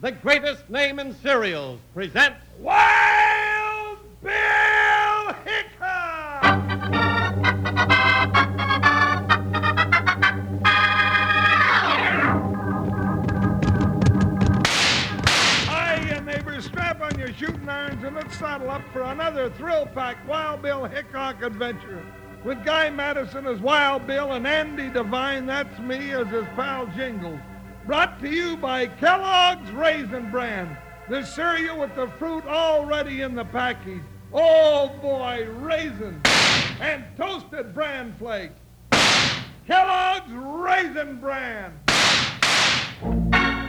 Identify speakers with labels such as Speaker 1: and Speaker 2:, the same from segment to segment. Speaker 1: the greatest name in cereals, presents
Speaker 2: Wild Bill Hickok! Hiya, neighbors. Strap on your shooting irons and let's saddle up for another thrill-packed Wild Bill Hickok adventure. With Guy Madison as Wild Bill and Andy Devine, that's me, as his pal Jingles. Brought to you by Kellogg's Raisin Bran, the cereal with the fruit already in the package. Oh boy, raisins and toasted bran flakes. Kellogg's Raisin Bran.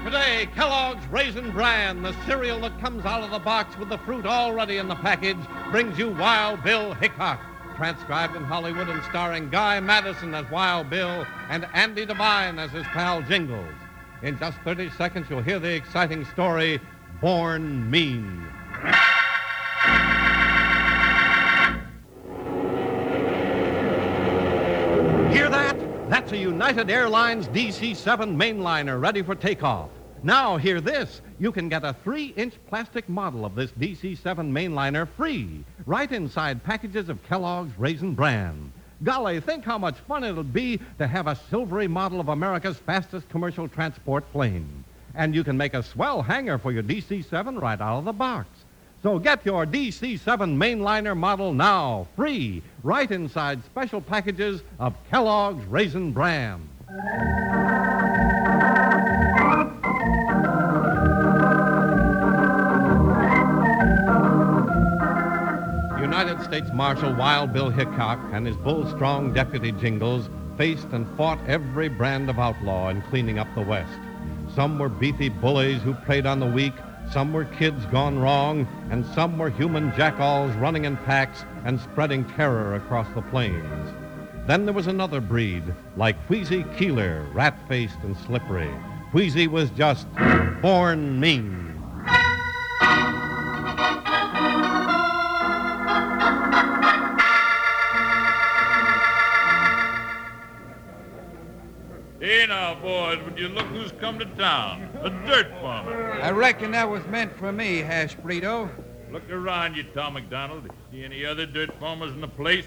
Speaker 1: Today, Kellogg's Raisin Bran, the cereal that comes out of the box with the fruit already in the package, brings you Wild Bill Hickok, transcribed in Hollywood and starring Guy Madison as Wild Bill and Andy Devine as his pal Jingles. In just 30 seconds, you'll hear the exciting story, Born Mean. Hear that? That's a United Airlines DC 7 mainliner ready for takeoff. Now, hear this. You can get a three inch plastic model of this DC 7 mainliner free, right inside packages of Kellogg's Raisin Bran. Golly, think how much fun it'll be to have a silvery model of America's fastest commercial transport plane. And you can make a swell hanger for your DC 7 right out of the box. So get your DC 7 mainliner model now, free, right inside special packages of Kellogg's Raisin Bran. United States Marshal Wild Bill Hickok and his bull strong deputy Jingles faced and fought every brand of outlaw in cleaning up the West. Some were beefy bullies who preyed on the weak, some were kids gone wrong, and some were human jackals running in packs and spreading terror across the plains. Then there was another breed, like Wheezy Keeler, rat faced and slippery. Wheezy was just born mean.
Speaker 3: Hey now, boys, would you look who's come to town? A dirt farmer.
Speaker 4: I reckon that was meant for me, Hash Brito.
Speaker 3: Look around you, Tom McDonald. See any other dirt farmers in the place?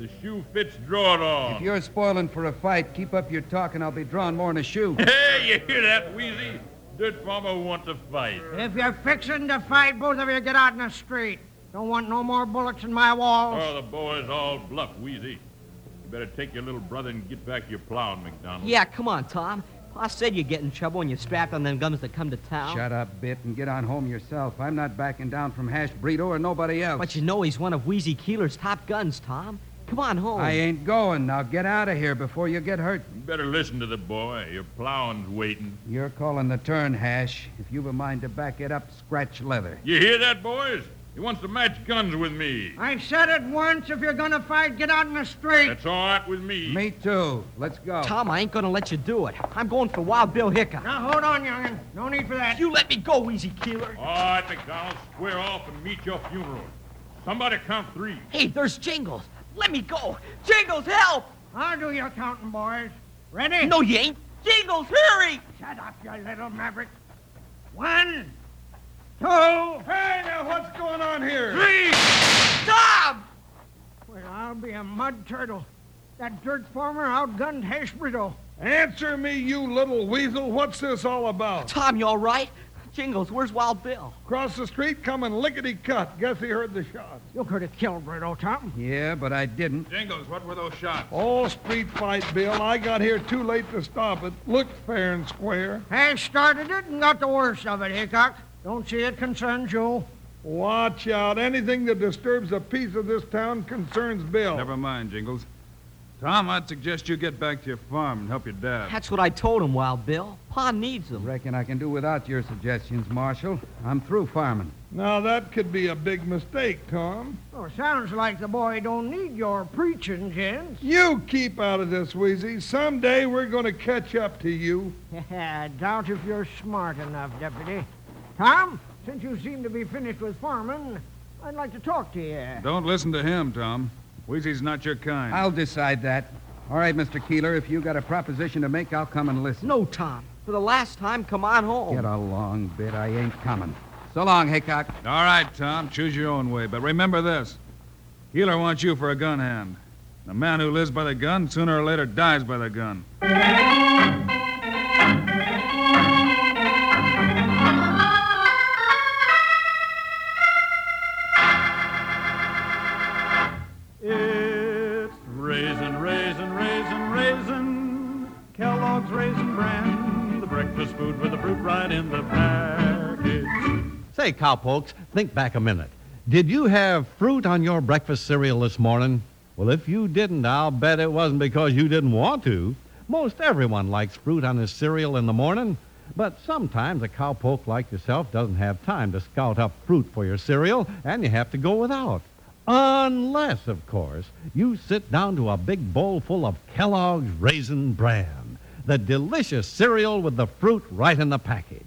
Speaker 3: The shoe fits, draw it
Speaker 4: If
Speaker 3: on.
Speaker 4: you're spoiling for a fight, keep up your talk and I'll be drawing more than a shoe.
Speaker 3: Hey, you hear that, Wheezy? Dirt farmer wants a fight.
Speaker 5: If you're fixing to fight, both of you get out in the street. Don't want no more bullets in my walls.
Speaker 3: Oh, the boys all bluff, Wheezy. You better take your little brother and get back your plowing, McDonald.
Speaker 6: Yeah, come on, Tom. Pa said you'd get in trouble when you strapped on them guns to come to town.
Speaker 4: Shut up, Bit, and get on home yourself. I'm not backing down from Hash Brito or nobody else.
Speaker 6: But you know he's one of Wheezy Keeler's top guns, Tom. Come on home.
Speaker 4: I ain't going. Now get out of here before you get hurt.
Speaker 3: You better listen to the boy. Your plowing's waiting.
Speaker 4: You're calling the turn, Hash. If you've a mind to back it up, scratch leather.
Speaker 3: You hear that, boys? He wants to match guns with me.
Speaker 5: I said it once. If you're gonna fight, get out in the street.
Speaker 3: That's all right with me.
Speaker 4: Me too. Let's go.
Speaker 6: Tom, I ain't gonna let you do it. I'm going for Wild Bill Hickok.
Speaker 5: Now hold on, young'un. No need for that.
Speaker 6: You let me go, Wheezy Keeler.
Speaker 3: All right, McDonald, square off and meet your funeral. Somebody count three.
Speaker 6: Hey, there's Jingles. Let me go. Jingles, help!
Speaker 5: I'll do your counting, boys. Ready?
Speaker 6: No, you ain't. Jingles, hurry!
Speaker 5: Shut up, you little maverick. One, two.
Speaker 2: Hey, now what's going on here?
Speaker 3: Three!
Speaker 6: Tom!
Speaker 5: Well, I'll be a mud turtle. That dirt farmer outgunned Hash Brito.
Speaker 2: Answer me, you little weasel. What's this all about?
Speaker 6: Tom, you all right? Jingles, where's Wild Bill?
Speaker 2: Across the street coming lickety cut. Guess he heard the shots.
Speaker 5: You could have killed Brito, Tom.
Speaker 4: Yeah, but I didn't.
Speaker 3: Jingles, what were those shots?
Speaker 2: Oh, street fight, Bill. I got here too late to stop it. Looked fair and square.
Speaker 5: Hash started it and got the worst of it, Hickok. Don't see it concerns you.
Speaker 2: Watch out. Anything that disturbs a piece of this town concerns Bill.
Speaker 7: Oh. Never mind, Jingles. Tom, I'd suggest you get back to your farm and help your dad.
Speaker 6: That's what I told him, Wild Bill. Pa needs him.
Speaker 4: Reckon I can do without your suggestions, Marshal. I'm through farming.
Speaker 2: Now, that could be a big mistake, Tom.
Speaker 5: Oh, sounds like the boy don't need your preaching, gents.
Speaker 2: You keep out of this, Wheezy. Someday we're going to catch up to you.
Speaker 5: I doubt if you're smart enough, Deputy. Tom, since you seem to be finished with farming, I'd like to talk to you.
Speaker 7: Don't listen to him, Tom. Wheezy's not your kind.
Speaker 4: I'll decide that. All right, Mr. Keeler, if you got a proposition to make, I'll come and listen.
Speaker 6: No, Tom. For the last time, come on
Speaker 7: Oh.
Speaker 6: home.
Speaker 4: Get along, bit. I ain't coming. So long, Hickok.
Speaker 7: All right, Tom, choose your own way, but remember this. Healer wants you for a gun hand. The man who lives by the gun sooner or later dies by the gun.
Speaker 8: It's raisin, raisin, raisin, raisin. Kellogg's Raisin Bran, the breakfast food with the fruit right in the package.
Speaker 1: Say, cowpokes, think back a minute. Did you have fruit on your breakfast cereal this morning? Well, if you didn't, I'll bet it wasn't because you didn't want to. Most everyone likes fruit on his cereal in the morning, but sometimes a cowpoke like yourself doesn't have time to scout up fruit for your cereal, and you have to go without. Unless, of course, you sit down to a big bowl full of Kellogg's Raisin Bran, the delicious cereal with the fruit right in the package.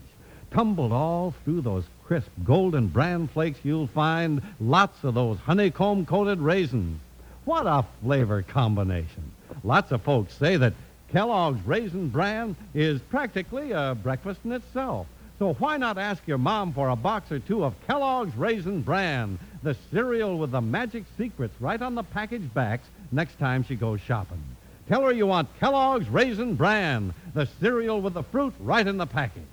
Speaker 1: Tumbled all through those crisp golden bran flakes, you'll find lots of those honeycomb coated raisins. What a flavor combination. Lots of folks say that Kellogg's Raisin Bran is practically a breakfast in itself. So why not ask your mom for a box or two of Kellogg's Raisin Bran, the cereal with the magic secrets right on the package backs next time she goes shopping? Tell her you want Kellogg's Raisin Bran, the cereal with the fruit right in the package.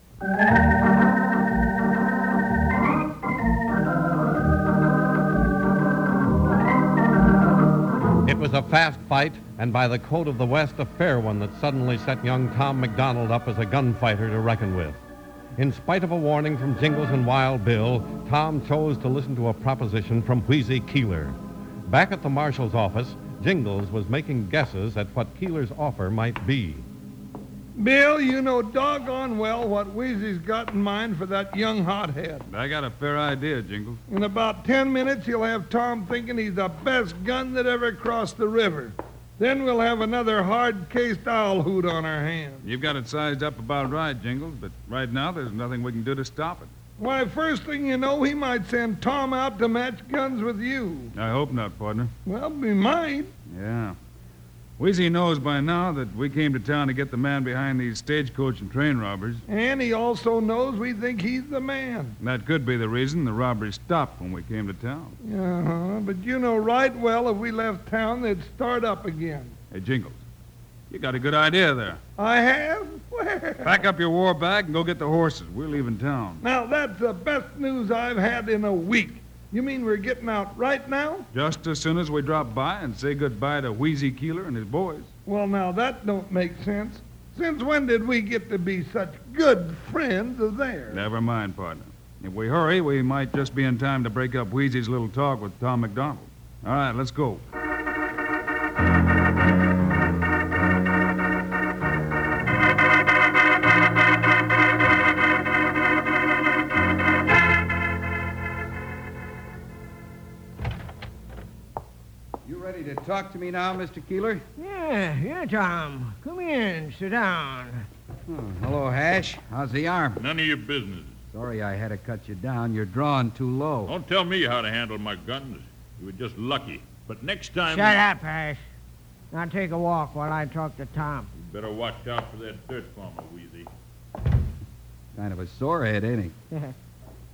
Speaker 1: It was a fast fight, and by the code of the West, a fair one that suddenly set young Tom McDonald up as a gunfighter to reckon with. In spite of a warning from Jingles and Wild Bill, Tom chose to listen to a proposition from Wheezy Keeler. Back at the marshal's office, Jingles was making guesses at what Keeler's offer might be.
Speaker 2: Bill, you know doggone well what Wheezy's got in mind for that young hothead.
Speaker 7: I got a fair idea, Jingles.
Speaker 2: In about ten minutes, you'll have Tom thinking he's the best gun that ever crossed the river. Then we'll have another hard-cased owl hoot on our hands.
Speaker 7: You've got it sized up about right, Jingles, but right now there's nothing we can do to stop it.
Speaker 2: Why, first thing you know, he might send Tom out to match guns with you.
Speaker 7: I hope not, partner.
Speaker 2: Well, be mine.
Speaker 7: Yeah. Wheezy knows by now that we came to town to get the man behind these stagecoach and train robbers.
Speaker 2: And he also knows we think he's the man.
Speaker 7: And That could be the reason the robberies stopped when we came to town.
Speaker 2: Uh-huh. But you know right well if we left town, they'd start up again.
Speaker 7: Hey, Jingles, you got a good idea there.
Speaker 2: I have? Well,
Speaker 7: Pack up your war bag and go get the horses. We're leaving town.
Speaker 2: now that's the best news I've had in a week. You mean we're getting out right now?
Speaker 7: Just as soon as we drop by and say goodbye to Wheezy Keeler and his boys.
Speaker 2: Well, now that don't make sense. Since when did we get to be such good friends of theirs?
Speaker 7: Never mind, partner. If we hurry, we might just be in time to break up Wheezy's little talk with Tom McDonald. All right, let's go.
Speaker 4: You ready to talk to me now, Mr. Keeler?
Speaker 5: Yeah, yeah, Tom. Come in, sit down.
Speaker 4: Hmm, Hello, Hash. How's the arm?
Speaker 3: None of your business.
Speaker 4: Sorry I had to cut you down. You're drawing too low.
Speaker 3: Don't tell me how to handle my guns. You were just lucky. But next time,
Speaker 5: Shut up, Ash. Now take a walk while I talk to Tom.
Speaker 3: you better watch out for that dirt farmer, Wheezy.
Speaker 4: Kind of a sorehead, ain't he?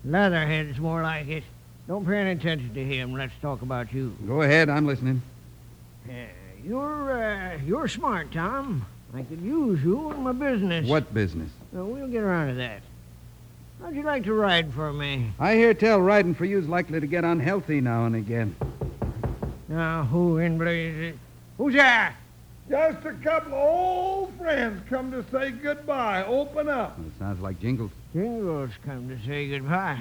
Speaker 5: Leatherhead's more like it. Don't pay any attention to him. Let's talk about you.
Speaker 4: Go ahead, I'm listening.
Speaker 5: Yeah, Uh, you're uh, you're smart, Tom. I could use you in my business.
Speaker 4: What business?
Speaker 5: Uh, we'll get around to that. How'd you like to ride for me?
Speaker 4: I hear tell riding for you's likely to get unhealthy now and again.
Speaker 5: Now, who in blazes? Who's there?
Speaker 2: Just a couple of old friends come to say goodbye. Open up.
Speaker 4: Well, it sounds like Jingles.
Speaker 5: Jingles come to say goodbye.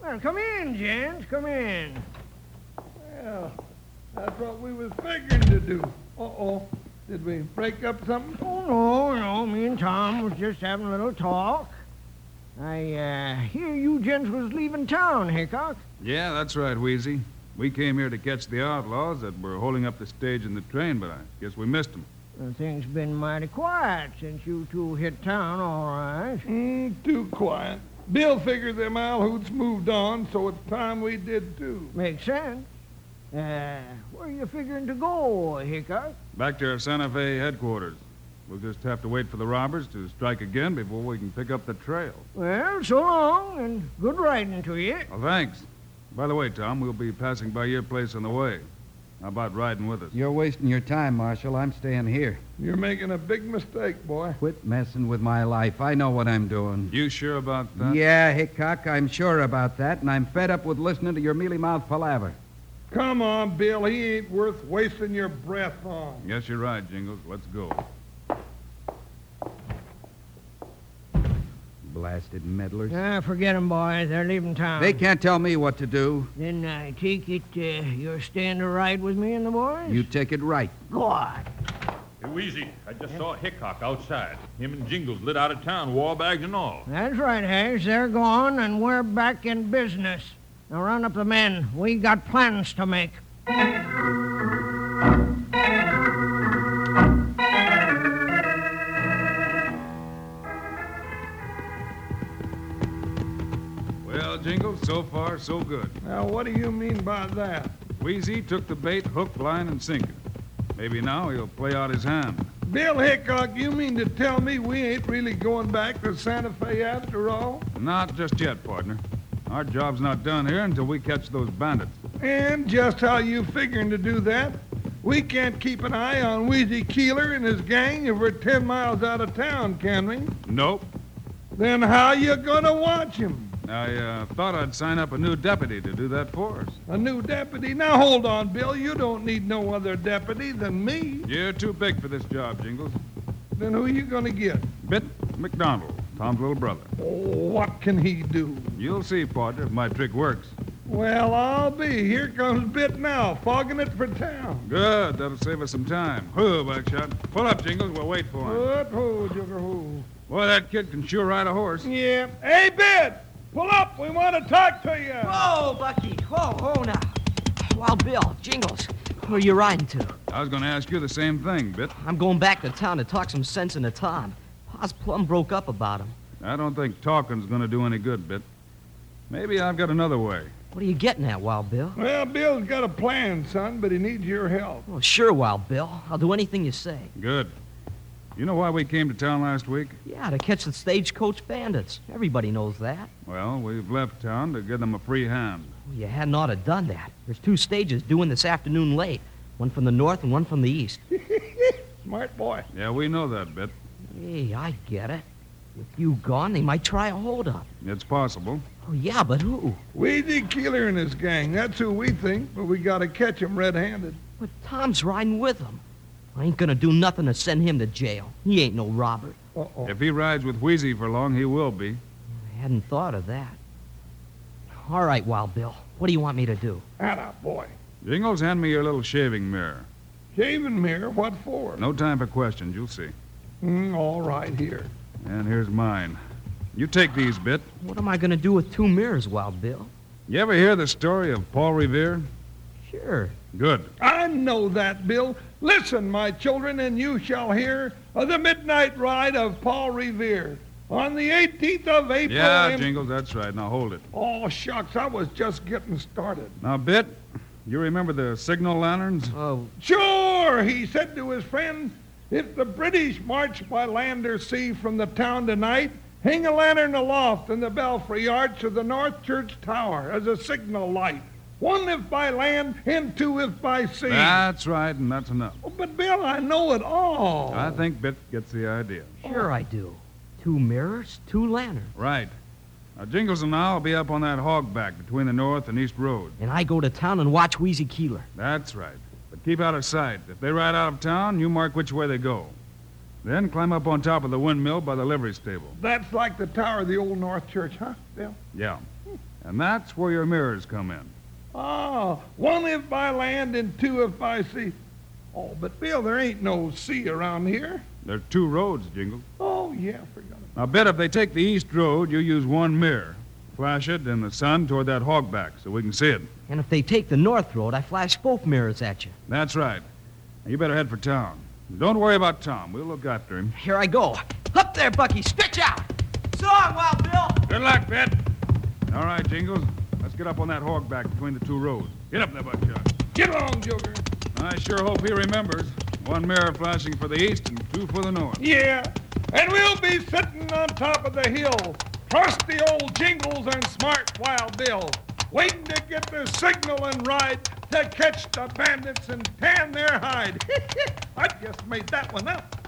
Speaker 5: Well, come in, gents. Come in.
Speaker 2: Well, that's what we was figuring to do. Uh-oh. Did we break up something?
Speaker 5: Oh, no, no. Me and Tom was just having a little talk. I uh, hear you gents was leaving town, Hickok.
Speaker 7: Yeah, that's right, Wheezy. We came here to catch the outlaws that were holding up the stage and the train, but I guess we missed them.
Speaker 5: Well, Uh, things been mighty quiet since you two hit town, all right.
Speaker 2: Mm, too quiet. Bill figured them Alhoots moved on, so it's time we did too.
Speaker 5: Makes sense. Uh, where you figuring to go, Hickok?
Speaker 7: Back to our Santa Fe headquarters. We'll just have to wait for the robbers to strike again before we can pick up the trail.
Speaker 5: Well, so long, and good riding to you.
Speaker 7: Well, thanks. By the way, Tom, we'll be passing by your place on the way. How about riding with us?
Speaker 4: You're wasting your time, Marshal. I'm staying here.
Speaker 2: You're making a big mistake, boy.
Speaker 4: Quit messing with my life. I know what I'm doing.
Speaker 7: You sure about that?
Speaker 4: Yeah, Hickok, I'm sure about that, and I'm fed up with listening to your mealy mouthed palaver.
Speaker 2: Come on, Bill. He ain't worth wasting your breath on.
Speaker 7: Yes, you're right, Jingles. Let's go.
Speaker 4: Blasted meddlers.
Speaker 5: Ah, forget 'em, boys. They're leaving town.
Speaker 4: They can't tell me what to do.
Speaker 5: Then I take it uh, you're staying to ride with me and the boys?
Speaker 4: You take it right.
Speaker 5: God.
Speaker 3: Too easy. I just saw Hickok outside. Him and Jingles lit out of town, war bags and all.
Speaker 5: That's right, Hayes. They're gone, and we're back in business. Now round up the men. We got plans to make.
Speaker 7: Well, Jingles, so far, so good.
Speaker 2: Now, what do you mean by that?
Speaker 7: Wheezy took the bait, hook, line, and sinker. Maybe now he'll play out his hand.
Speaker 2: Bill Hickok, you mean to tell me we ain't really going back to Santa Fe after all?
Speaker 7: Not just yet, partner. Our job's not done here until we catch those bandits.
Speaker 2: And just how you figuring to do that? We can't keep an eye on Wheezy Keeler and his gang if we're ten miles out of town, can we?
Speaker 7: Nope.
Speaker 2: Then how you gonna watch him?
Speaker 7: I uh, thought I'd sign up a new deputy to do that for us.
Speaker 2: A new deputy? Now hold on, Bill. You don't need no other deputy than me.
Speaker 7: You're too big for this job, Jingles.
Speaker 2: Then who you gonna get?
Speaker 7: Bit McDonald, Tom's little brother.
Speaker 2: Oh, what can he do?
Speaker 7: You'll see, partner, if my trick works.
Speaker 2: Well, I'll be. Here comes Bit now, fogging it for town.
Speaker 7: Good. That'll save us some time. Whoa, Buckshot. Pull up, Jingles. We'll wait for him.
Speaker 2: Good ho, Jugger ho.
Speaker 7: Boy, that kid can sure ride a horse.
Speaker 2: Yeah. Hey, Bit! Pull up! We want to talk to you!
Speaker 6: Whoa, Oh, Bucky. Whoa, whoa now. Wild Bill, Jingles, where are you riding to?
Speaker 7: I was going to ask you the same thing, Bit.
Speaker 6: I'm going back to town to talk some sense into Tom. Pa's plumb broke up about him.
Speaker 7: I don't think talking's going to do any good, Bit. Maybe I've got another way.
Speaker 6: What are you getting at, Wild Bill?
Speaker 2: Well, Bill's got a plan, son, but he needs your help.
Speaker 6: Well, sure, Wild Bill. I'll do anything you say.
Speaker 7: Good. You know why we came to town last week?
Speaker 6: Yeah, to catch the stagecoach bandits. Everybody knows that.
Speaker 7: Well, we've left town to give them a free hand.
Speaker 6: Well, you hadn't ought to done that. There's two stages due in this afternoon late. One from the north and one from the east.
Speaker 2: Smart boy.
Speaker 7: Yeah, we know that, Bit.
Speaker 6: Hey, I get it. With you gone, they might try a holdup.
Speaker 7: It's possible.
Speaker 6: Oh, yeah, but who?
Speaker 2: Wheezy Keeler and his gang. That's who we think, but we got to catch him red handed.
Speaker 6: But Tom's riding with him. I ain't gonna do nothing to send him to jail. He ain't no robber.
Speaker 2: Uh oh.
Speaker 7: If he rides with Wheezy for long, he will be.
Speaker 6: I hadn't thought of that. All right, Wild Bill. What do you want me to do?
Speaker 2: Atta boy.
Speaker 7: Jingles, hand me your little shaving mirror.
Speaker 2: Shaving mirror, what for?
Speaker 7: No time for questions, you'll see.
Speaker 2: Mm, all right, here.
Speaker 7: And here's mine. You take these, Bit.
Speaker 6: What am I gonna do with two mirrors, Wild Bill?
Speaker 7: You ever hear the story of Paul Revere?
Speaker 6: Sure.
Speaker 7: Good.
Speaker 2: I know that, Bill. Listen, my children, and you shall hear of the midnight ride of Paul Revere on the 18th of April.
Speaker 7: Yeah,
Speaker 2: in-
Speaker 7: Jingles, that's right. Now hold it.
Speaker 2: Oh, shucks, I was just getting started.
Speaker 7: Now, Bit, you remember the signal lanterns?
Speaker 6: Oh,
Speaker 2: Sure, he said to his friend, if the British march by land or sea from the town tonight, hang a lantern aloft in the belfry arch of the North Church Tower as a signal light. One if by land, and two if by sea.
Speaker 7: That's right, and that's enough.
Speaker 2: Oh, but Bill, I know it all.
Speaker 7: I think Bit gets the idea.
Speaker 6: sure I do. Two mirrors, two lanterns.
Speaker 7: Right. Now, Jingles and I'll be up on that hogback between the north and east road.
Speaker 6: And I go to town and watch Wheezy Keeler.
Speaker 7: That's right. But keep out of sight. If they ride out of town, you mark which way they go. Then climb up on top of the windmill by the livery stable.
Speaker 2: That's like the tower of the old North Church, huh, Bill?
Speaker 7: Yeah. And that's where your mirrors come in.
Speaker 2: Ah, one if by land and two if by sea. Oh, but Bill, there ain't no sea around here.
Speaker 7: There are two roads, Jingles.
Speaker 2: Oh, yeah, I forgot. it.
Speaker 7: Now, bet if they take the east road, you use one mirror. Flash it in the sun toward that hogback so we can see it.
Speaker 6: And if they take the north road, I flash both mirrors at you.
Speaker 7: That's right. Now, you better head for town. Don't worry about Tom. We'll look after him.
Speaker 6: Here I go. Up there, Bucky. Stretch out. So long, Wild Bill.
Speaker 7: Good luck, Bet. All right, Jingles. Let's get up on that hogback between the two roads. Get up there, Buckshot.
Speaker 2: Get along, Joker.
Speaker 7: I sure hope he remembers. One mirror flashing for the east and two for the north.
Speaker 2: Yeah, and we'll be sitting on top of the hill, trusty old Jingles and smart Wild Bill, waiting to get the signal and ride to catch the bandits and tan their hide. I just made that one up.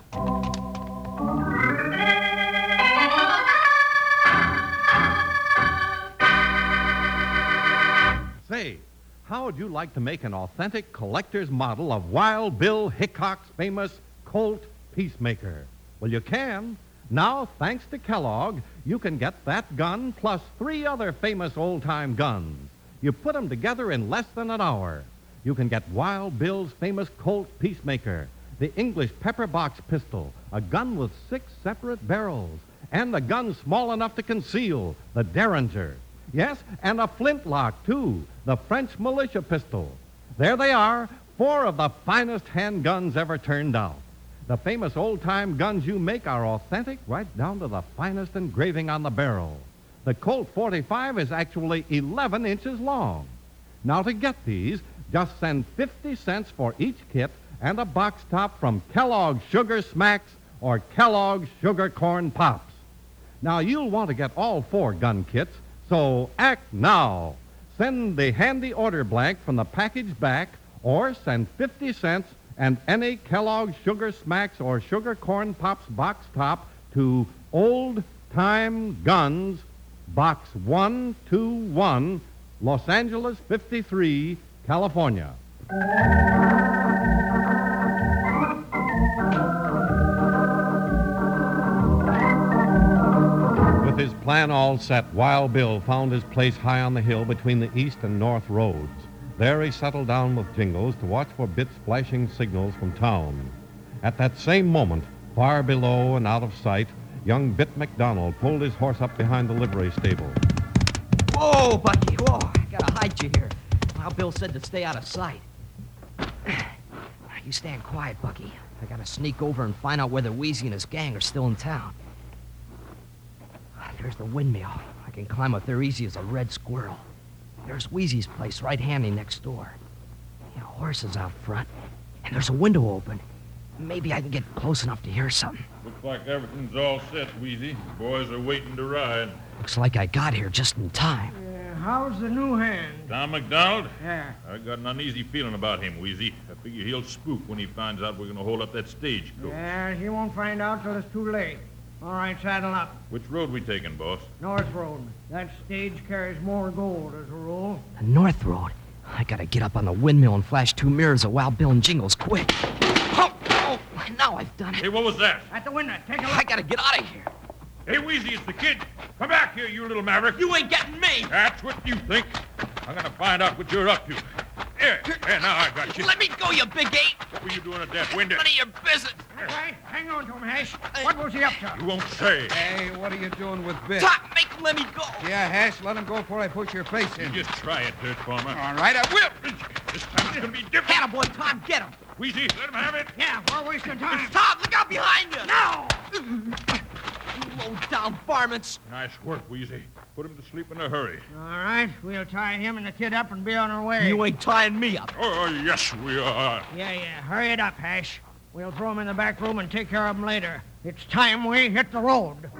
Speaker 1: Say, how would you like to make an authentic collector's model of Wild Bill Hickok's famous Colt Peacemaker? Well, you can. Now, thanks to Kellogg, you can get that gun plus three other famous old time guns. You put them together in less than an hour. You can get Wild Bill's famous Colt Peacemaker, the English pepper box pistol, a gun with six separate barrels, and a gun small enough to conceal, the Derringer. Yes, and a flintlock, too, the French militia pistol. There they are, four of the finest handguns ever turned out. The famous old time guns you make are authentic right down to the finest engraving on the barrel. The Colt 45 is actually 11 inches long. Now, to get these, just send 50 cents for each kit and a box top from Kellogg's Sugar Smacks or Kellogg's Sugar Corn Pops. Now, you'll want to get all four gun kits, so act now. Send the handy order blank from the package back or send 50 cents and any Kellogg's Sugar Smacks or Sugar Corn Pops box top to Old Time Guns, Box 121, Los Angeles 53, California. With his plan all set, Wild Bill found his place high on the hill between the east and north roads. There he settled down with Jingles to watch for bits flashing signals from town. At that same moment, far below and out of sight, young Bit McDonald pulled his horse up behind the livery stable.
Speaker 6: Whoa, Bucky, whoa. I gotta hide you here. Now, Bill said to stay out of sight. You stand quiet, Bucky. I gotta sneak over and find out whether Wheezy and his gang are still in town. Ah, There's the windmill. I can climb up there easy as a red squirrel. There's Wheezy's place right handy next door. Yeah, horses out front. And there's a window open. Maybe I can get close enough to hear something.
Speaker 3: Looks like everything's all set, Wheezy. Boys are waiting to ride.
Speaker 6: Looks like I got here just in time.
Speaker 5: Uh, how's the new hand?
Speaker 3: Tom McDonald?
Speaker 5: Yeah.
Speaker 3: I got an uneasy feeling about him, Wheezy. I figure he'll spook when he finds out we're going to hold up that stagecoach.
Speaker 5: Yeah, he won't find out till it's too late. All right, saddle up.
Speaker 3: Which road we taking, boss?
Speaker 5: North Road. That stage carries more gold as a rule.
Speaker 6: The North Road. I gotta get up on the windmill and flash two mirrors of Wild Bill and Jingles quick. Oh, oh, now I've done it.
Speaker 3: Hey, what was that?
Speaker 5: At the window, take a
Speaker 6: I gotta get out of here.
Speaker 3: Hey, Wheezy, it's the kid. Come back here, you little maverick. You ain't getting me. That's what you think. I'm going to find out what you're up to. Here, here, now I got you.
Speaker 6: Let me go, you big ape.
Speaker 3: What were you doing at that window?
Speaker 6: None of your business.
Speaker 5: All right, hang on to him, Hash. What was he up to?
Speaker 3: You won't say.
Speaker 4: Hey, what are you doing with Bit?
Speaker 6: Stop, make him let me go.
Speaker 4: Yeah, Hash, let him go before I push your face
Speaker 3: You
Speaker 4: in.
Speaker 3: just try it, Dirt Farmer.
Speaker 4: All right, I will.
Speaker 3: This time it's going to be different.
Speaker 6: Attaboy, Tom, get him.
Speaker 3: Wheezy, let him have it.
Speaker 5: Yeah, we're wasting time.
Speaker 6: Tom, look out behind you. Now. You low down varmints.
Speaker 3: Nice work, Wheezy. Put him to sleep in a hurry.
Speaker 5: All right, we'll tie him and the kid up and be on our way.
Speaker 6: You ain't tying me up.
Speaker 3: Oh, yes, we are.
Speaker 5: Yeah, yeah, hurry it up, Hash. We'll throw him in the back room and take care of him later. It's time we hit the road.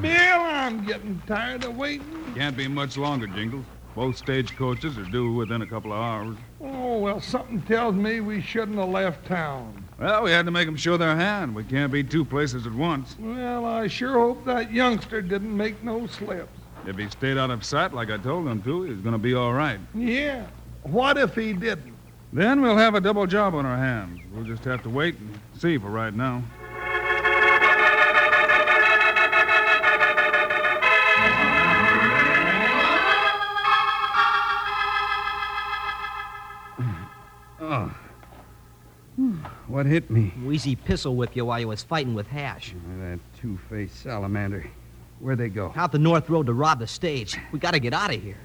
Speaker 2: Bill, I'm getting tired of waiting.
Speaker 7: Can't be much longer, Jingles. Both stagecoaches are due within a couple of hours.
Speaker 2: Oh, well, something tells me we shouldn't have left town.
Speaker 7: Well, we had to make 'em show their hand. We can't be two places at once.
Speaker 2: Well, I sure hope that youngster didn't make no slips.
Speaker 7: If he stayed out of sight like I told him to, he's going to be all right.
Speaker 2: Yeah. What if he didn't?
Speaker 7: Then we'll have a double job on our hands. We'll just have to wait and see for right now.
Speaker 4: Oh. What hit me?
Speaker 6: Wheezy pistol whipped you while you was fighting with Hash.
Speaker 4: That two-faced salamander. Where'd they go?
Speaker 6: Out the North Road to rob the stage. We gotta get out of here.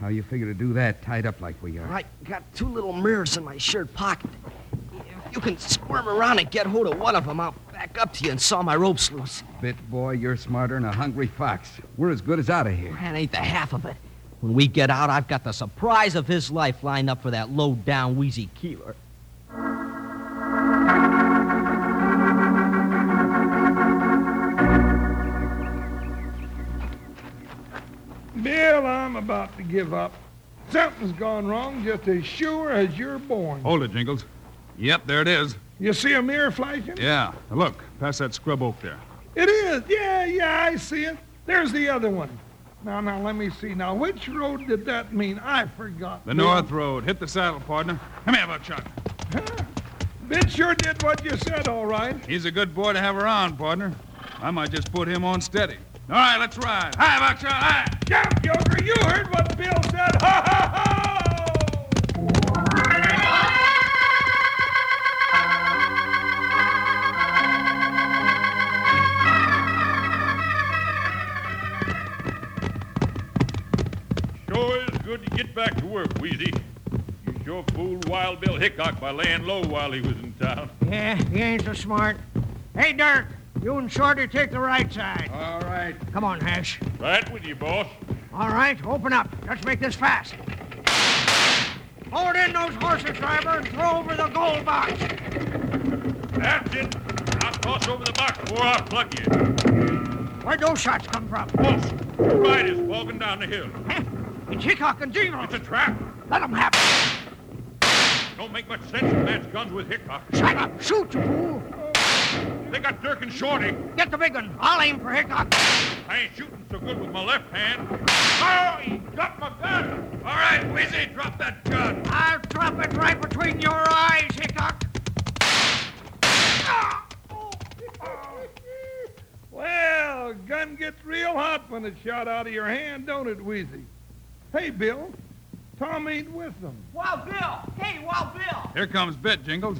Speaker 4: How you figure to do that tied up like we are?
Speaker 6: I got two little mirrors in my shirt pocket. If you can squirm around and get hold of one of them, I'll back up to you and saw my ropes loose.
Speaker 4: Bit boy, you're smarter than a hungry fox. We're as good as out of here.
Speaker 6: That ain't the half of it. When we get out, I've got the surprise of his life lined up for that low down wheezy keeler.
Speaker 2: Bill, I'm about to give up. Something's gone wrong just as sure as you're born.
Speaker 7: Hold it, Jingles. Yep, there it is.
Speaker 2: You see a mirror flashing?
Speaker 7: Yeah. Now look, past that scrub oak there.
Speaker 2: It is. Yeah, yeah, I see it. There's the other one. Now, now, let me see. Now, which road did that mean? I forgot.
Speaker 7: The north road. Hit the saddle, partner. Come here, Buckshot.
Speaker 2: Bit sure did what you said, all right.
Speaker 7: He's a good boy to have around, partner. I might just put him on steady. All right, let's ride. Hi, Buckshot. Hi.
Speaker 2: Jump, Joker. You heard what Bill said. Ha ha ha!
Speaker 3: Sure is good to get back to work, Wheezy. You sure fooled Wild Bill Hickok by laying low while he was in town.
Speaker 5: Yeah, he ain't so smart. Hey, Dirk, you and Shorty take the right side.
Speaker 4: All right.
Speaker 5: Come on, Hash.
Speaker 3: Right with you, boss.
Speaker 5: All right, open up. Let's make this fast. Hold in those horses, driver, and throw over the gold box.
Speaker 3: That's it. I'll toss over the box before I plug you.
Speaker 5: Where'd those shots come from?
Speaker 3: Boss, the rider's walking down the hill.
Speaker 5: Huh? It's Hickok and Jingles.
Speaker 3: It's a trap.
Speaker 5: Let them have it.
Speaker 3: Don't make much sense to match guns with Hickok.
Speaker 5: Shut up. Shoot, you fool.
Speaker 3: They got Dirk and Shorty.
Speaker 5: Get the big one. I'll aim for Hickok.
Speaker 3: I ain't shooting so good with my left hand. Oh, he dropped my gun. All right, Wheezy, drop that gun.
Speaker 5: I'll drop it right between your eyes, Hickok. Ah!
Speaker 2: Well, gun gets real hot when it's shot out of your hand, don't it, Wheezy? Hey, Bill, Tom ain't with them.
Speaker 5: Wow, Bill! Hey, wow, Bill!
Speaker 7: Here comes Bit, Jingles.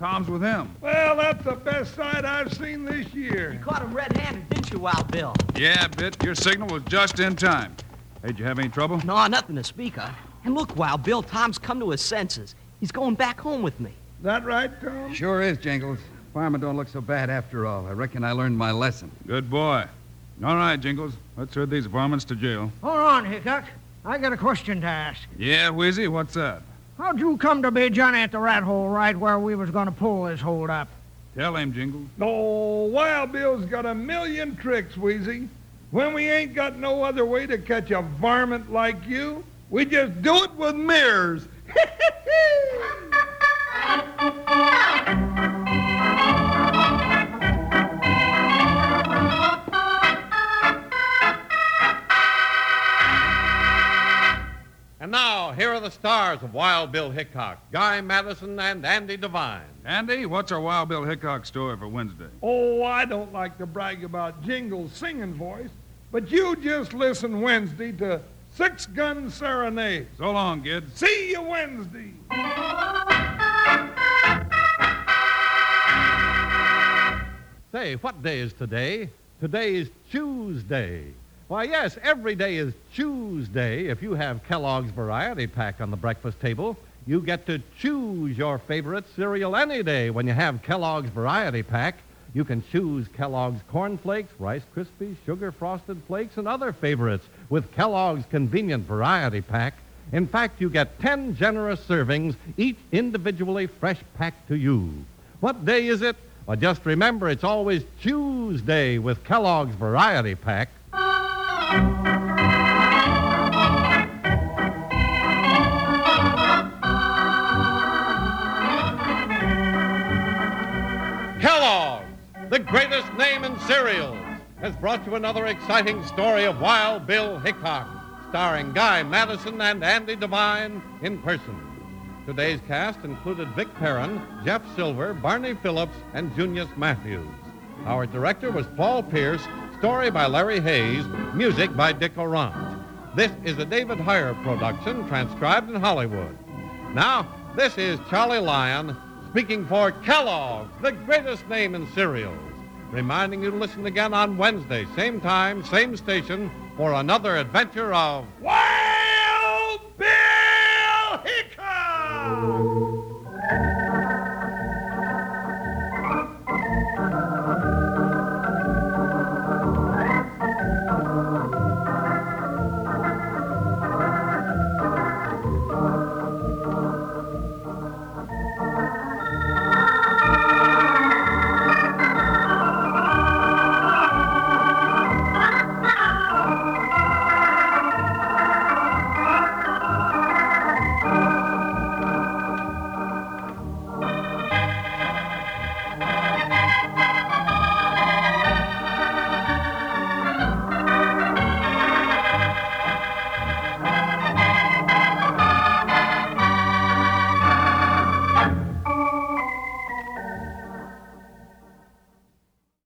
Speaker 7: Tom's with him.
Speaker 2: Well, that's the best sight I've seen this year.
Speaker 6: Caught him red-handed, didn't you, Wild Bill?
Speaker 7: Yeah, Bit, your signal was just in time. Hey, did you have any trouble?
Speaker 6: No, nothing to speak of. And look, Wild Bill, Tom's come to his senses. He's going back home with me.
Speaker 2: That right, Tom?
Speaker 4: Sure is, Jingles. Farmer don't look so bad after all. I reckon I learned my lesson.
Speaker 7: Good boy. All right, Jingles. Let's herd these varmints to jail.
Speaker 5: Hold on, Hickok. I got a question to ask.
Speaker 7: Yeah, Wheezy, what's that?
Speaker 5: How'd you come to be Johnny at the rat hole right where we was going to pull this hold up?
Speaker 7: Tell him, Jingles.
Speaker 2: Oh, Wild Bill's got a million tricks, Wheezy. When we ain't got no other way to catch a varmint like you, we just do it with mirrors.
Speaker 1: And now, here are the stars of Wild Bill Hickok, Guy Madison, and Andy Devine.
Speaker 7: Andy, what's our Wild Bill Hickok story for Wednesday?
Speaker 2: Oh, I don't like to brag about Jingle's singing voice, but you just listen Wednesday to Six Gun Serenade.
Speaker 7: So long, kids.
Speaker 2: See you Wednesday.
Speaker 1: Say, what day is today? Today is Tuesday. Why, yes, every day is Tuesday. If you have Kellogg's Variety Pack on the breakfast table, you get to choose your favorite cereal any day. When you have Kellogg's Variety Pack, you can choose Kellogg's Corn Flakes, Rice Krispies, Sugar Frosted Flakes, and other favorites with Kellogg's Convenient Variety Pack. In fact, you get 10 generous servings, each individually fresh packed to you. What day is it? Well, just remember, it's always Tuesday with Kellogg's Variety Pack. Kellogg's, the greatest name in cereals, has brought you another exciting story of Wild Bill Hickok, starring Guy Madison and Andy Devine in person. Today's cast included Vic Perrin, Jeff Silver, Barney Phillips, and Junius Matthews. Our director was Paul Pierce, story by Larry Hayes, music by Dick Orant. This is a David Heyer production transcribed in Hollywood. Now, this is Charlie Lyon speaking for Kellogg, the greatest name in cereals, reminding you to listen again on Wednesday, same time, same station, for another adventure of
Speaker 2: Wild